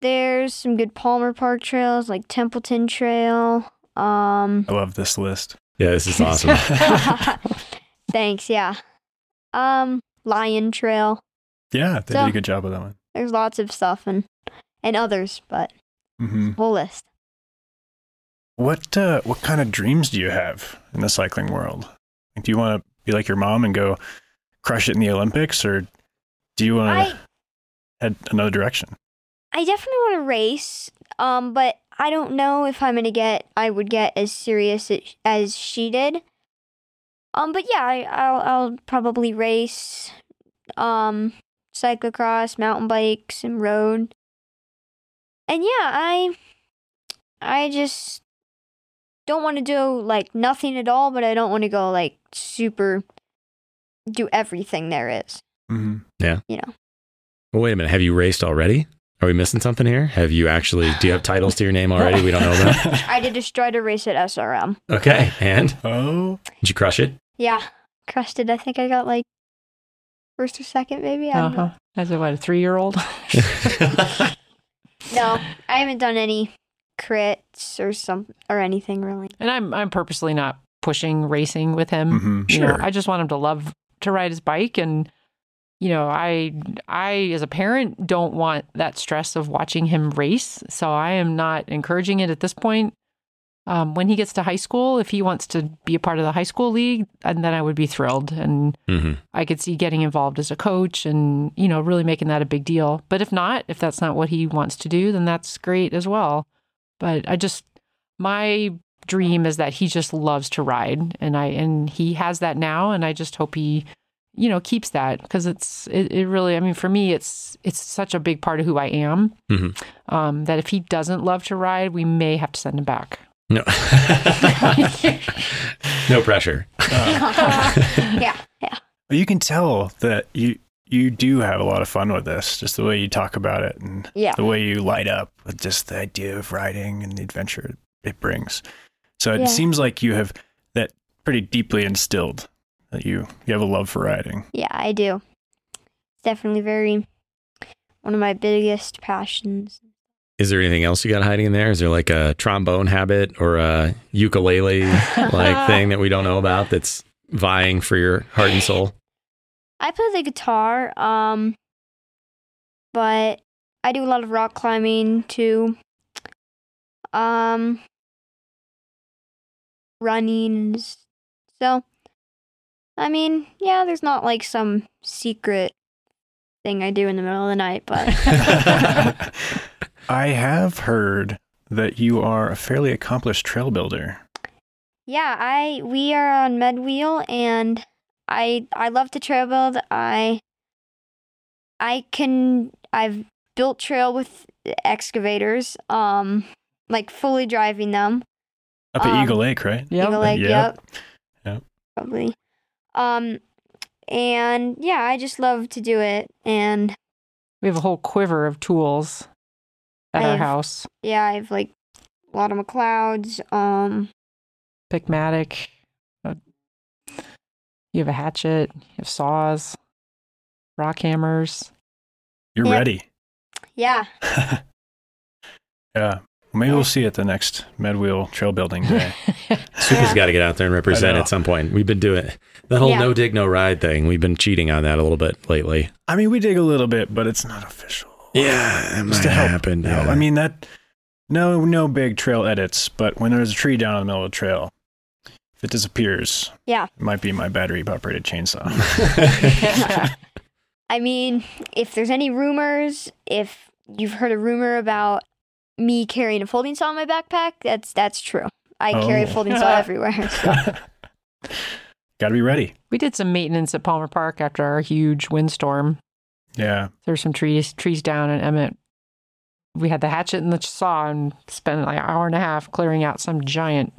Speaker 3: there's some good Palmer Park trails like Templeton Trail. Um,
Speaker 4: I love this list.
Speaker 1: Yeah, this is awesome.
Speaker 3: thanks, yeah. Um, Lion Trail.
Speaker 4: Yeah, they
Speaker 3: So-
Speaker 4: did a good job with that one.
Speaker 3: There's lots of stuff and and others, but
Speaker 4: hmm
Speaker 3: whole list.
Speaker 4: What uh, what kind of dreams do you have in the cycling world? Like, do you want to be like your mom and go crush it in the Olympics, or do you want
Speaker 3: I
Speaker 4: to head another direction?
Speaker 3: I definitely want to race. Um, but I don't know if I'm gonna get. I would get as serious as- as she did. Um, but yeah, I, I'll I'll probably race, um, cyclocross, mountain bikes, and road. And yeah, I, I just don't want to do like nothing at all. But I don't want to go like super, do everything there is.
Speaker 4: Mm-hmm.
Speaker 1: Well, wait a minute. Have you raced already? Are we missing something here? Have you actually? Do you have titles to your name already? We don't know about.
Speaker 3: I did a strider race at SRM.
Speaker 1: Okay, and
Speaker 4: Oh,
Speaker 1: did you crush it?
Speaker 3: Yeah, crushed it. I think I got like first or second, maybe. I don't
Speaker 2: Uh-huh. As a what, a three year old?
Speaker 3: know. No, I haven't done any crits or some or anything really.
Speaker 2: And I'm I'm purposely not pushing racing with him.
Speaker 4: hmm
Speaker 2: You know,
Speaker 1: Mm-hmm. Sure.
Speaker 2: I just want him to love to ride his bike and you know, I I as a parent don't want that stress of watching him race. So I am not encouraging it at this point. Um, when he gets to high school, if he wants to be a part of the high school league, and then I would be thrilled. And
Speaker 1: hmm
Speaker 2: I could see getting involved as a coach and, you know, really making that a big deal. But if not, if that's not what he wants to do, then that's great as well. But I just my dream is that he just loves to ride and I and he has that now and I just hope he you know keeps that because it's it, it really I mean for me it's it's such a big part of who I am
Speaker 1: Mhm.
Speaker 2: um, that if he doesn't love to ride we may have to send him back
Speaker 1: No. no pressure.
Speaker 3: yeah, yeah.
Speaker 4: Ah. you can tell that you you do have a lot of fun with this, just the way you talk about it and
Speaker 3: Yeah.
Speaker 4: the way you light up with just the idea of riding and the adventure it brings. So it
Speaker 3: Yeah.
Speaker 4: seems like you have that pretty deeply instilled that you you have a love for riding.
Speaker 3: Yeah, I do. It's definitely very one of my biggest passions.
Speaker 1: Is there anything else you got hiding in there? Is there like a trombone habit or a ukulele like thing that we don't know about that's vying for your heart and soul?
Speaker 3: I play the guitar, um but I do a lot of rock climbing too. Um running and s- so I mean, yeah, there's not like some secret thing I do in the middle of the night, but
Speaker 4: I have heard that you are a fairly accomplished trail builder.
Speaker 3: Yeah, I we are on Medwheel and I I love to trail build. I I can I've built trail with excavators, um like fully driving them.
Speaker 4: Up at
Speaker 3: Um,
Speaker 4: Eagle Lake, right?
Speaker 2: Yep.
Speaker 3: Eagle Lake,
Speaker 4: Yep.
Speaker 3: yep.
Speaker 4: Yep.
Speaker 3: Probably. Um and yeah, I just love to do it and
Speaker 2: we have a whole quiver of tools at our
Speaker 3: I've-
Speaker 2: house
Speaker 3: yeah, I've like a lot of McLeods, um
Speaker 2: Picmatic. uh, You have a hatchet. You have saws. rock hammers.
Speaker 4: You're
Speaker 3: Yeah.
Speaker 4: ready.
Speaker 3: Yeah.
Speaker 4: yeah. Well, Maybe we'll see you at the next Medwheel Trail Building Day.
Speaker 1: Suka's got to get out there and represent
Speaker 4: know.
Speaker 1: at some point. We've been doing that whole
Speaker 3: Yeah.
Speaker 1: no dig, no ride thing. We've been cheating on that a little bit lately.
Speaker 4: I mean, we dig a little bit, but it's not official.
Speaker 1: Yeah, it
Speaker 4: Just
Speaker 1: might
Speaker 4: to help.
Speaker 1: happen,
Speaker 4: No,
Speaker 1: yeah.
Speaker 4: I mean that. No, no big trail edits, but when there's a tree down in the middle of the trail, if it disappears,
Speaker 3: Yeah.
Speaker 4: it might be my battery operated chainsaw.
Speaker 3: I mean, if there's any rumors, if you've heard a rumor about me carrying a folding saw in my backpack, that's that's true. I carry a
Speaker 4: Oh.
Speaker 3: folding saw everywhere.
Speaker 4: Got to be ready.
Speaker 2: we did some maintenance at Palmer Park after our huge windstorm.
Speaker 4: Yeah,
Speaker 2: There were some trees trees down in Emmett. We had the hatchet and the saw and spent like an hour and a half clearing out some giant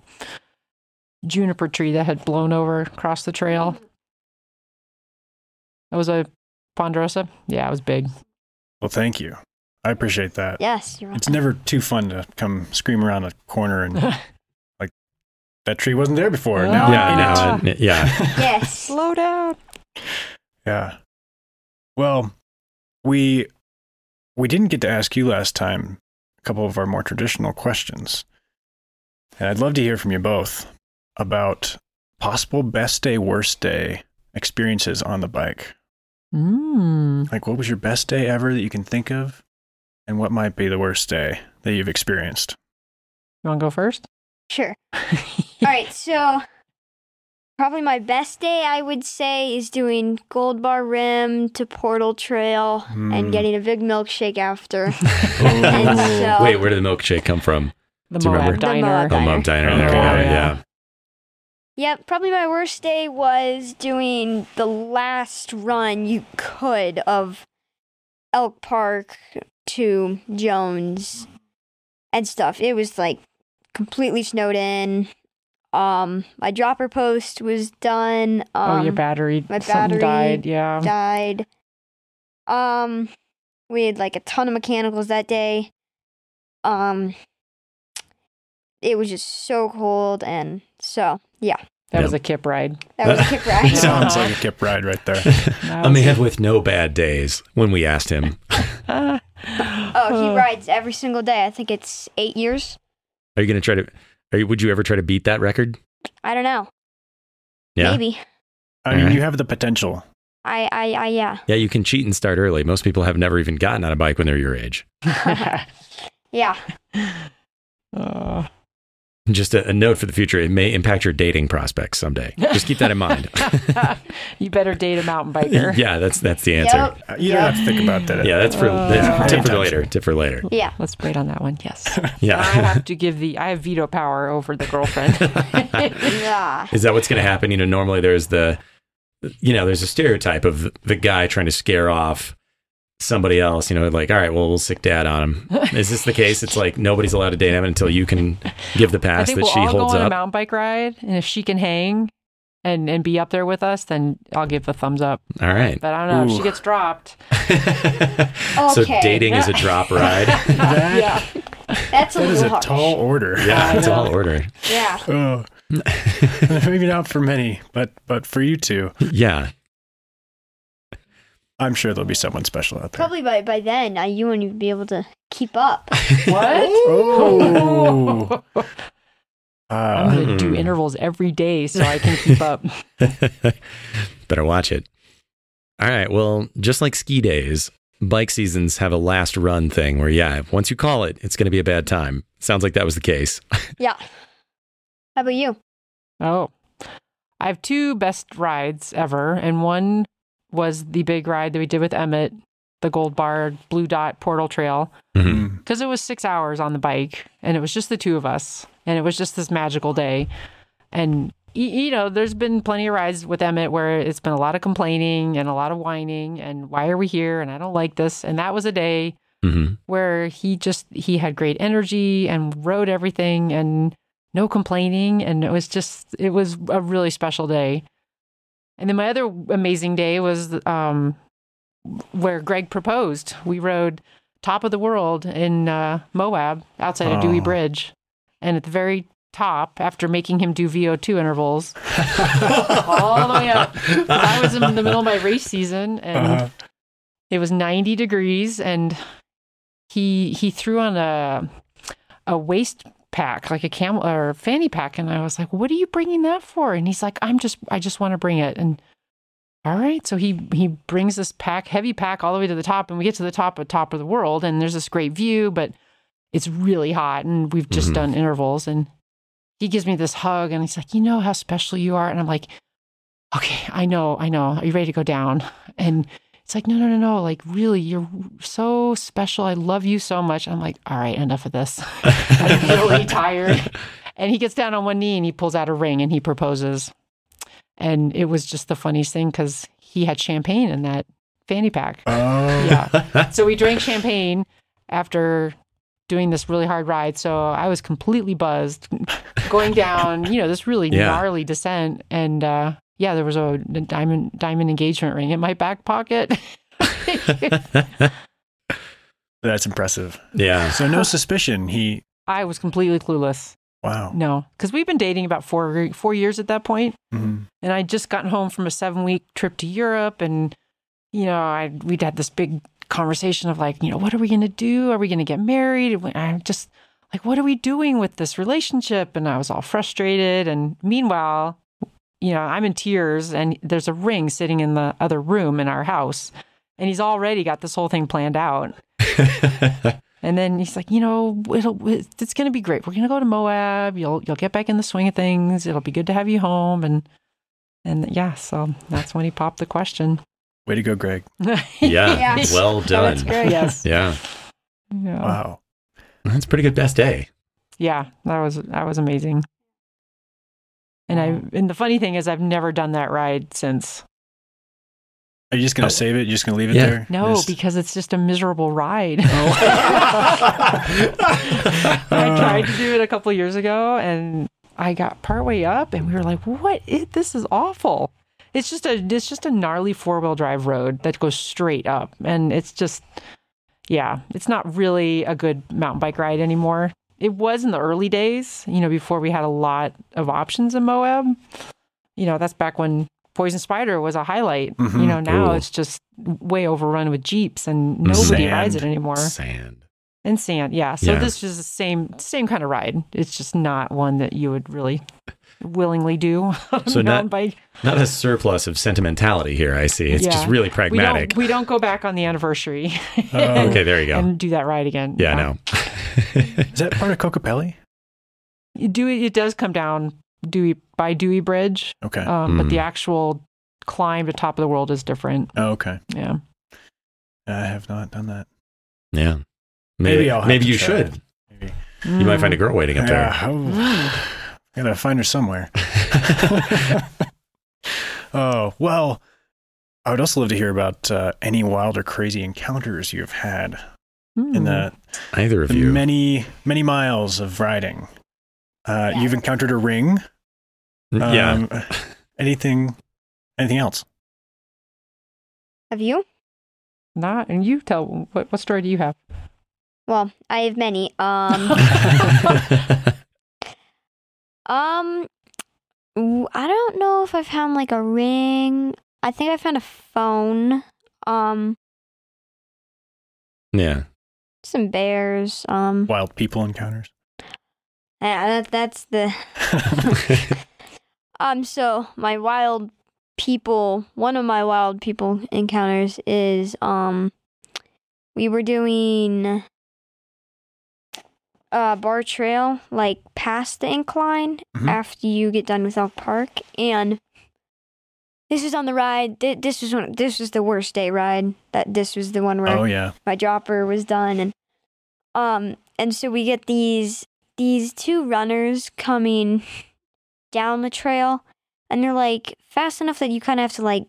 Speaker 2: juniper tree that had blown over across the trail. That was a ponderosa. Yeah, it was big.
Speaker 4: Well, thank you. I appreciate that.
Speaker 3: Yes, you're right.
Speaker 4: It's never too fun to come scream around a corner and like that tree wasn't there before.
Speaker 1: Oh.
Speaker 4: Now I'm
Speaker 1: yeah,
Speaker 4: in it.
Speaker 1: now, I- yeah.
Speaker 3: Yes.
Speaker 2: Slow down.
Speaker 4: Yeah. Well, we we didn't get to ask you last time a couple of our more traditional questions. And I'd love to hear from you both about possible best day, worst day experiences on the bike.
Speaker 2: Mm.
Speaker 4: Like what was your best day ever that you can think of? And what might be the worst day that you've experienced?
Speaker 2: You want to go first?
Speaker 3: Sure. All right, so probably my best day I would say is doing Gold Bar Rim to Portal Trail
Speaker 4: Hmm.
Speaker 3: and getting a big milkshake after.
Speaker 4: Oh.
Speaker 1: Hmm.
Speaker 3: and so
Speaker 1: Wait, where did the milkshake come from?
Speaker 2: The
Speaker 1: Do you remember?
Speaker 2: Moab
Speaker 1: The
Speaker 2: Diner.
Speaker 3: Moab
Speaker 1: Oh, Mom Diner. There we
Speaker 4: Okay.
Speaker 1: go.
Speaker 4: Yeah.
Speaker 1: Yeah.
Speaker 3: Yep, probably my worst day was doing the last run you could of Elk Park to Jones and stuff. It was like completely snowed in. Um, my dropper post was done. Um,
Speaker 2: oh, your battery.
Speaker 3: my
Speaker 2: Something
Speaker 3: battery
Speaker 2: died. Yeah.
Speaker 3: died. Um, we had like a ton of mechanicals that day. Um, it was just so cold, and so yeah,
Speaker 2: that
Speaker 1: Yeah.
Speaker 2: was a kip ride.
Speaker 3: that was a kick ride.
Speaker 4: Sounds like a kip ride right there.
Speaker 2: That
Speaker 1: A
Speaker 2: was-
Speaker 1: man with no bad days when we asked him.
Speaker 2: Ah.
Speaker 3: Oh, he
Speaker 2: Uh,
Speaker 3: rides every single day. I think it's eight years.
Speaker 1: Are you going to try to, are you, would you ever try to beat that record?
Speaker 3: I don't know.
Speaker 1: Yeah.
Speaker 3: Maybe.
Speaker 4: I mean,
Speaker 1: Alright.
Speaker 4: you have the potential.
Speaker 3: I, I, I, yeah.
Speaker 1: Yeah, you can cheat and start early. Most people have never even gotten on a bike when they're your age.
Speaker 3: Yeah.
Speaker 2: Uh,
Speaker 1: Just a, a note for the future it may impact your dating prospects someday. Just keep that in mind.
Speaker 2: you better date a mountain biker.
Speaker 1: yeah, that's that's the answer.
Speaker 3: Yep.
Speaker 4: Uh, You don't
Speaker 3: Yep.
Speaker 4: have to think about that.
Speaker 1: Yeah, that's for
Speaker 2: Uh,
Speaker 1: that's tip for
Speaker 4: Attention.
Speaker 1: later. Tip for later.
Speaker 3: Yeah.
Speaker 2: Let's wait on that one. Yes. I
Speaker 1: Yeah.
Speaker 2: have to give the I have veto power over the girlfriend.
Speaker 3: Yeah.
Speaker 1: Is that what's going to happen? You know, normally there's the, you know, there's a stereotype of the guy trying to scare off somebody else. You know, like, all right, well, we'll sick dad on him. Is this the case? It's like nobody's allowed to date him until you can give the
Speaker 2: I
Speaker 1: pass that
Speaker 2: think we'll
Speaker 1: she
Speaker 2: all go
Speaker 1: holds
Speaker 2: on a
Speaker 1: up.
Speaker 2: mountain bike ride, and if she can hang and and be up there with us, then I'll give the thumbs up.
Speaker 1: All right.
Speaker 2: But I don't know if she
Speaker 4: Ooh.
Speaker 2: gets dropped.
Speaker 1: So
Speaker 3: Okay.
Speaker 1: dating is a drop ride.
Speaker 4: That,
Speaker 2: yeah.
Speaker 3: That's a
Speaker 4: that is
Speaker 3: little
Speaker 4: a
Speaker 3: harsh.
Speaker 4: tall order.
Speaker 1: Yeah,
Speaker 2: I
Speaker 1: it's
Speaker 2: know.
Speaker 1: all order.
Speaker 3: Yeah.
Speaker 4: Oh. Maybe not for many, but but for you two,
Speaker 1: Yeah.
Speaker 4: I'm sure there'll be someone special out there.
Speaker 3: Probably by, by then, uh, you wouldn't even be able to keep up.
Speaker 2: What?
Speaker 4: Oh,
Speaker 2: I'm
Speaker 4: uh,
Speaker 2: gonna do
Speaker 1: Mm.
Speaker 2: intervals every day so I can keep up.
Speaker 1: Better watch it. All right. Well, just like ski days, bike seasons have a last run thing where, yeah, once you call it, it's going to be a bad time. Sounds like that was the case.
Speaker 3: Yeah. How about you?
Speaker 2: Oh, I have two best rides ever, and one was the big ride that we did with Emmett, the Gold Bar Blue Dot Portal Trail,
Speaker 1: Mm-hmm.
Speaker 4: mm,
Speaker 2: because it was six hours on the bike, and it was just the two of us, and it was just this magical day, and. y- You know, there's been plenty of rides with Emmett where it's been a lot of complaining and a lot of whining and why are we here and I don't like this. And that was a day
Speaker 1: hmm
Speaker 2: where he just he had great energy and rode everything and no complaining and it was just it was a really special day and then my other amazing day was um where greg proposed we rode top of the world in uh, moab outside of dewey
Speaker 4: Oh.
Speaker 2: bridge and at the very top after making him do vo2 intervals all the way up 'Cause i was in the middle of my race season and
Speaker 4: uh,
Speaker 2: It was 90 degrees, and he he threw on a a waist pack, like a camel or a fanny pack, and I was like, "What are you bringing that for?" And he's like, "I'm just I just want to bring it." And all right, so he he brings this pack, heavy pack, all the way to the top, and we get to the top of top of the world, and there's this great view, but it's really hot, and we've just
Speaker 1: Mhm.
Speaker 2: done intervals, and he gives me this hug, and he's like, "You know how special you are," and I'm like, "Okay, I know, I know. Are you ready to go down?" And it's like, "No, no, no, no. Like, really, you're so special. I love you so much." I'm like, "All right, enough of this." I'm really tired. And he gets down on one knee and he pulls out a ring and he proposes. And it was just the funniest thing because he had champagne in that fanny pack.
Speaker 4: Oh,
Speaker 2: Yeah. so we drank champagne after doing this really hard ride. So I was completely buzzed going down, you know, this really
Speaker 1: Yeah.
Speaker 2: gnarly descent. And uh, yeah, there was a diamond diamond engagement ring in my back pocket.
Speaker 4: that's impressive.
Speaker 1: yeah.
Speaker 4: So no suspicion. He
Speaker 2: I was completely clueless.
Speaker 4: wow.
Speaker 2: No, because we've been dating about four four years at that point.
Speaker 4: Mhm.
Speaker 2: and I'd just gotten home from a seven week trip to Europe, and you know, I we'd had this big conversation of like, you know, what are we going to do? Are we going to get married? And I'm just like, what are we doing with this relationship? And I was all frustrated. And meanwhile, you know, I'm in tears, and there's a ring sitting in the other room in our house, and he's already got this whole thing planned out. And then he's like, you know, it'll it's going to be great. We're going to go to Moab. You'll you'll get back in the swing of things. It'll be good to have you home. And and yeah, so that's when he popped the question.
Speaker 4: Way to go, Greg.
Speaker 2: yeah, Oh,
Speaker 1: yeah.
Speaker 3: Yes.
Speaker 1: Well done.
Speaker 2: that's great. Yes.
Speaker 1: Yeah.
Speaker 2: Yeah.
Speaker 4: Wow.
Speaker 1: That's a pretty good best day.
Speaker 2: yeah, that was that was amazing. And I and the funny thing is, I've never done that ride since.
Speaker 4: Are you just gonna
Speaker 1: Oh.
Speaker 4: save it? You're just gonna leave it
Speaker 1: Yeah.
Speaker 4: there?
Speaker 2: No,
Speaker 4: Just-
Speaker 2: because it's just a miserable ride. I tried
Speaker 1: Oh.
Speaker 2: to do it a couple years ago and I got partway up and we were like, "What? i- this is awful." It's just a it's just a gnarly four-wheel drive road that goes straight up and it's just yeah, it's not really a good mountain bike ride anymore. It was in the early days, you know, before we had a lot of options in Moab. You know, that's back when Poison Spider was a highlight.
Speaker 4: Mhm.
Speaker 2: You know, now
Speaker 1: Ooh.
Speaker 2: it's just way overrun with jeeps and nobody rides it
Speaker 4: Sand.
Speaker 2: anymore
Speaker 1: Sand.
Speaker 2: and sand. Yeah. So
Speaker 1: Yeah.
Speaker 2: this is the same same kind of ride. It's just not one that you would really willingly do on a
Speaker 1: So
Speaker 2: mountain
Speaker 1: not
Speaker 2: bike.
Speaker 1: Not a surplus of sentimentality here, I see. It's just
Speaker 2: Yeah.
Speaker 1: really
Speaker 2: We
Speaker 1: pragmatic.
Speaker 2: don't we don't go back on the anniversary
Speaker 4: Oh.
Speaker 1: okay, there you go.
Speaker 2: and do that ride again.
Speaker 1: yeah, no.
Speaker 4: Is that part of Cocopelli?
Speaker 2: You do it it does come down Dewey by Dewey Bridge.
Speaker 4: Okay.
Speaker 2: Um, but the
Speaker 1: Mm.
Speaker 2: actual climb to top of the world is different.
Speaker 4: oh, okay.
Speaker 2: Yeah.
Speaker 4: I have not done that.
Speaker 1: yeah. Maybe,
Speaker 4: Maybe I'll have
Speaker 1: maybe
Speaker 4: to
Speaker 1: you
Speaker 4: try
Speaker 1: should.
Speaker 4: it. Mm. Maybe.
Speaker 1: You might find a girl waiting up there.
Speaker 4: Yeah. Oh,
Speaker 2: Mm.
Speaker 4: gotta find her somewhere. oh well. I would also love to hear about uh, any wild or crazy encounters you've had
Speaker 2: Mm.
Speaker 4: in the
Speaker 1: Hmm. Either of
Speaker 4: the
Speaker 1: you.
Speaker 4: many many miles of riding. Uh, You've encountered a ring.
Speaker 1: Mm, yeah.
Speaker 4: Um, anything? Anything else?
Speaker 3: Have you?
Speaker 2: not and you tell what what story do you have?
Speaker 3: Well, I have many. Um, um, w- I don't know if I found like a ring. I think I found a phone. Um,
Speaker 1: yeah.
Speaker 3: some bears. Um,
Speaker 4: Wild people encounters.
Speaker 3: yeah, that, that's the Um, so my wild people, one of my wild people encounters is um, we were doing uh bar trail like past the incline
Speaker 4: Mhm.
Speaker 3: after you get done with elk park and this was on the ride thi- this was one this was the worst day ride that this was the one where
Speaker 4: oh yeah.
Speaker 3: my dropper was done and um and so we get these these two runners coming down the trail and they're like fast enough that you kind of have to like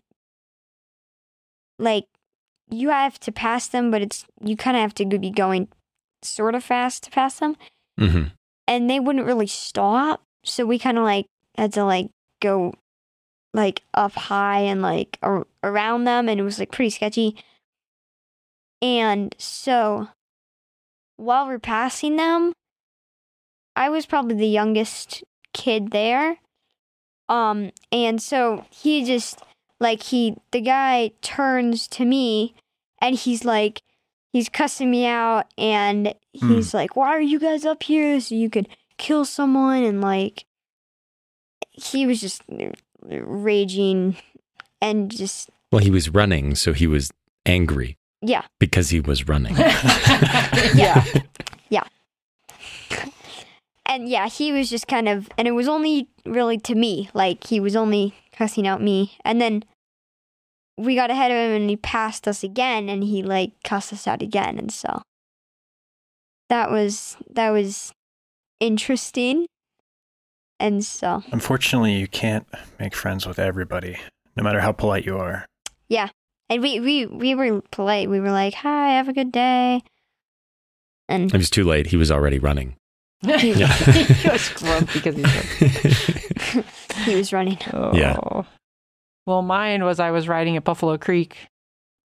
Speaker 3: like you have to pass them but it's you kind of have to be going sort of fast to pass them
Speaker 1: hmm
Speaker 3: and they wouldn't really stop so we kind of like had to like go like up high and like ar- around them and it was like pretty sketchy and so while we're passing them i was probably the youngest kid there um and so he just like he the guy turns to me and he's like, he's cussing me out, and he's like, "Why are you guys up here? So you could kill someone?" And like, he was just raging, and just
Speaker 1: Well, he was running, so he was angry
Speaker 3: yeah,
Speaker 1: because he was running.
Speaker 2: yeah.
Speaker 3: and yeah, he was just kind of, and it was only really to me, like he was only cussing out me, and then. We got ahead of him and he passed us again and he like cussed us out again and so that was that was interesting and so
Speaker 4: Unfortunately, you can't make friends with everybody, no matter how polite you are.
Speaker 3: And we, we, we were polite. We were like, hi, have a good day. And
Speaker 1: it was too late. He was already running.
Speaker 2: he
Speaker 1: Yeah.
Speaker 2: was grumpy because he's like,
Speaker 3: he was running.
Speaker 2: oh.
Speaker 1: Yeah.
Speaker 2: Well, mine was I was riding at Buffalo Creek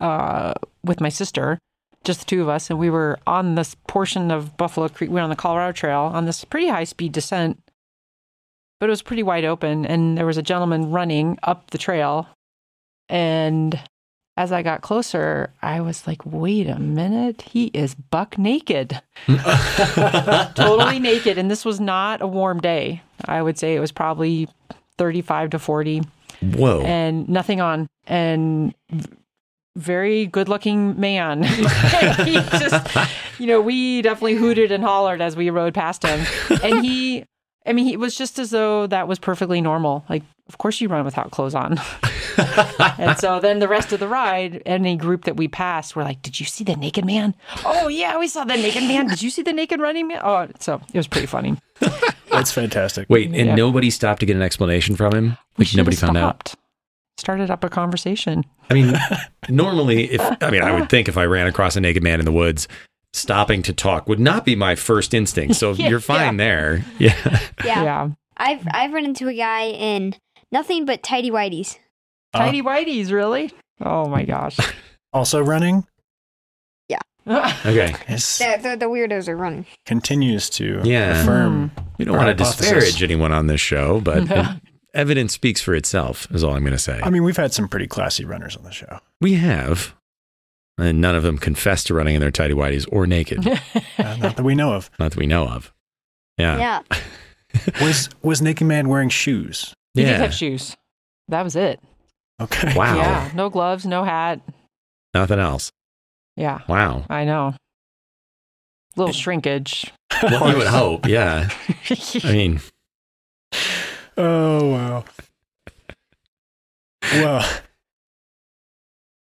Speaker 2: uh, with my sister, just the two of us, and we were on this portion of Buffalo Creek. We were on the Colorado Trail on this pretty high speed descent, but it was pretty wide open, and there was a gentleman running up the trail. And as I got closer, I was like, wait a minute, he is buck naked. totally naked. And this was not a warm day. I would say it was probably 35 to 40
Speaker 1: Whoa.
Speaker 2: and nothing on. And v- very good looking man. he just, you know, we definitely hooted and hollered as we rode past him. And he, I mean, he it was just as though that was perfectly normal. Like, of course you run without clothes on. and so then the rest of the ride, any group that we passed were like, Did you see the naked man? Oh, yeah, we saw the naked man. Did you see the naked running man? Oh, so it was pretty funny.
Speaker 4: That's fantastic.
Speaker 1: Wait, and
Speaker 2: Yeah.
Speaker 1: nobody stopped to get an explanation from him? Like nobody found out.
Speaker 2: Started up a conversation.
Speaker 1: I mean, normally, if I mean, I would think if I ran across a naked man in the woods, stopping to talk would not be my first instinct. So
Speaker 2: Yeah.
Speaker 1: you're fine there. Yeah.
Speaker 3: Yeah. I've, I've run into a guy in nothing but tidy whities.
Speaker 4: Uh,
Speaker 2: Tiny whiteys, really? Oh my gosh.
Speaker 4: also running
Speaker 1: Okay.
Speaker 4: is,
Speaker 3: The, the, the weirdos are running.
Speaker 4: continues to
Speaker 1: Yeah.
Speaker 4: affirm.
Speaker 1: We don't
Speaker 4: Our
Speaker 1: want to
Speaker 4: hypothesis.
Speaker 1: disparage anyone on this show, but evidence speaks for itself, is all I'm going to say.
Speaker 4: I mean, we've had some pretty classy runners on the show.
Speaker 1: we have, and none of them confessed to running in their tidy whities or naked, not
Speaker 4: Uh, not that we know of.
Speaker 1: that we know of. Yeah.
Speaker 3: Yeah.
Speaker 4: Was was Naked Man wearing shoes?
Speaker 2: He
Speaker 1: Yeah.
Speaker 2: did have shoes. That was it.
Speaker 4: Okay.
Speaker 1: Wow.
Speaker 2: Yeah. No gloves, no hat.
Speaker 1: Nothing else.
Speaker 2: Yeah,
Speaker 1: Wow.
Speaker 2: I know. Little shrinkage.
Speaker 1: Well, you would hope. Yeah. I mean,
Speaker 4: Oh wow. Well,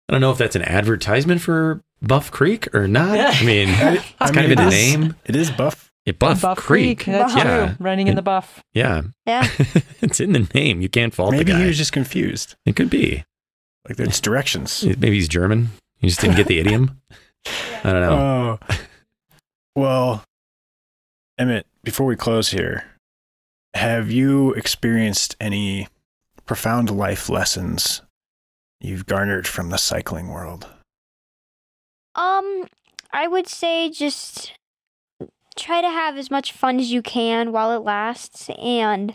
Speaker 1: I don't know if that's an advertisement for Buff Creek or not. I mean,
Speaker 4: I-
Speaker 1: it's
Speaker 4: I
Speaker 1: kind of
Speaker 4: mean,
Speaker 1: in the
Speaker 4: it is-
Speaker 1: name.
Speaker 4: It is buff.
Speaker 1: It Buff, Creek.
Speaker 2: That's
Speaker 1: Yeah.
Speaker 2: true. Running in the buff.
Speaker 1: Yeah.
Speaker 3: Yeah.
Speaker 1: it's in the name. You can't fault
Speaker 4: Maybe
Speaker 1: the
Speaker 4: he
Speaker 1: guy.
Speaker 4: was just confused.
Speaker 1: It could be.
Speaker 4: Like it's directions.
Speaker 1: Maybe he's German. You just didn't get the idiom. I don't know.
Speaker 4: Oh. Well, Emmett, before we close here, have you experienced any profound life lessons you've garnered from the cycling world?
Speaker 3: Um, I would say just try to have as much fun as you can while it lasts, and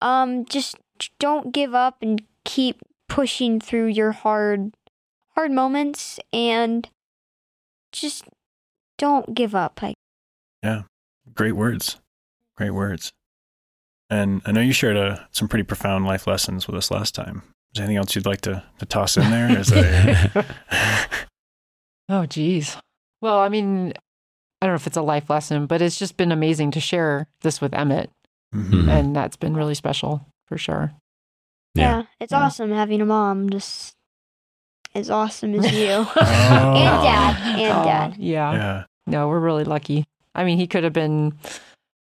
Speaker 3: um, just don't give up and keep pushing through your hard, hard moments, and just don't give up. Like,
Speaker 4: Great words. Great words. And I know you shared uh some pretty profound life lessons with us last time. Is there anything else you'd like to, to toss in there? Is there-
Speaker 2: Oh, geez. Well, I mean, I don't know if it's a life lesson, but it's just been amazing to share this with Emmett.
Speaker 1: Mhm.
Speaker 2: And that's been really special for sure.
Speaker 1: Yeah.
Speaker 3: yeah, it's
Speaker 2: Yeah.
Speaker 3: awesome having a mom just as awesome as you.
Speaker 1: Oh.
Speaker 4: And
Speaker 3: dad, and
Speaker 2: Oh,
Speaker 3: dad.
Speaker 2: Yeah.
Speaker 4: Yeah.
Speaker 2: No, we're really lucky. I mean, he could have been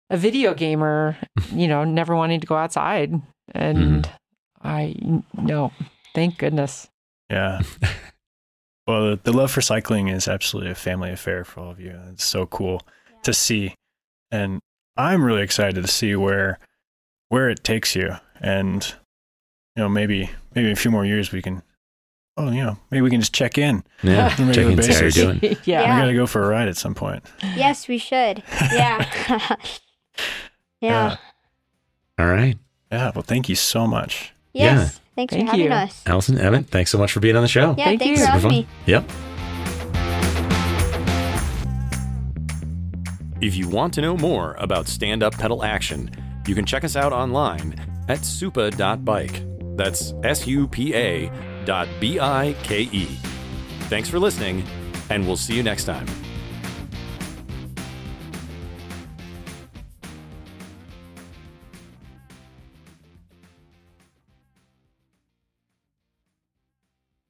Speaker 2: a video gamer, you know, never wanting to go outside. And
Speaker 1: Mm-hmm.
Speaker 2: I, no, thank goodness.
Speaker 4: Yeah. well, the love for cycling is absolutely a family affair for all of you. It's so cool to see, and I'm really excited to see where where it takes you. And you know, maybe maybe in a few more years we can. Oh, you know, maybe we can just check in.
Speaker 1: Yeah.
Speaker 4: On a regular
Speaker 1: Check in, see how you're
Speaker 4: basis.
Speaker 1: doing.
Speaker 2: yeah.
Speaker 4: We
Speaker 3: Yeah.
Speaker 4: gotta go for a ride at some point.
Speaker 3: yes, we should. Yeah.
Speaker 2: Uh,
Speaker 3: yeah.
Speaker 4: Yeah.
Speaker 1: All right.
Speaker 4: Yeah. Well, thank you so much.
Speaker 1: Yeah.
Speaker 3: Yes. Thanks
Speaker 2: Thank
Speaker 3: for having
Speaker 2: you.
Speaker 3: us.
Speaker 1: Allison, Evan, thanks so much for being on the show.
Speaker 3: Yeah,
Speaker 2: Thank
Speaker 3: thanks
Speaker 2: you.
Speaker 3: for
Speaker 1: Super
Speaker 3: having
Speaker 1: fun.
Speaker 3: me.
Speaker 1: Yep. If you want to know more about stand up pedal action, you can check us out online at supa.bike. That's S U P A dot B I K E. Thanks for listening, and we'll see you next time.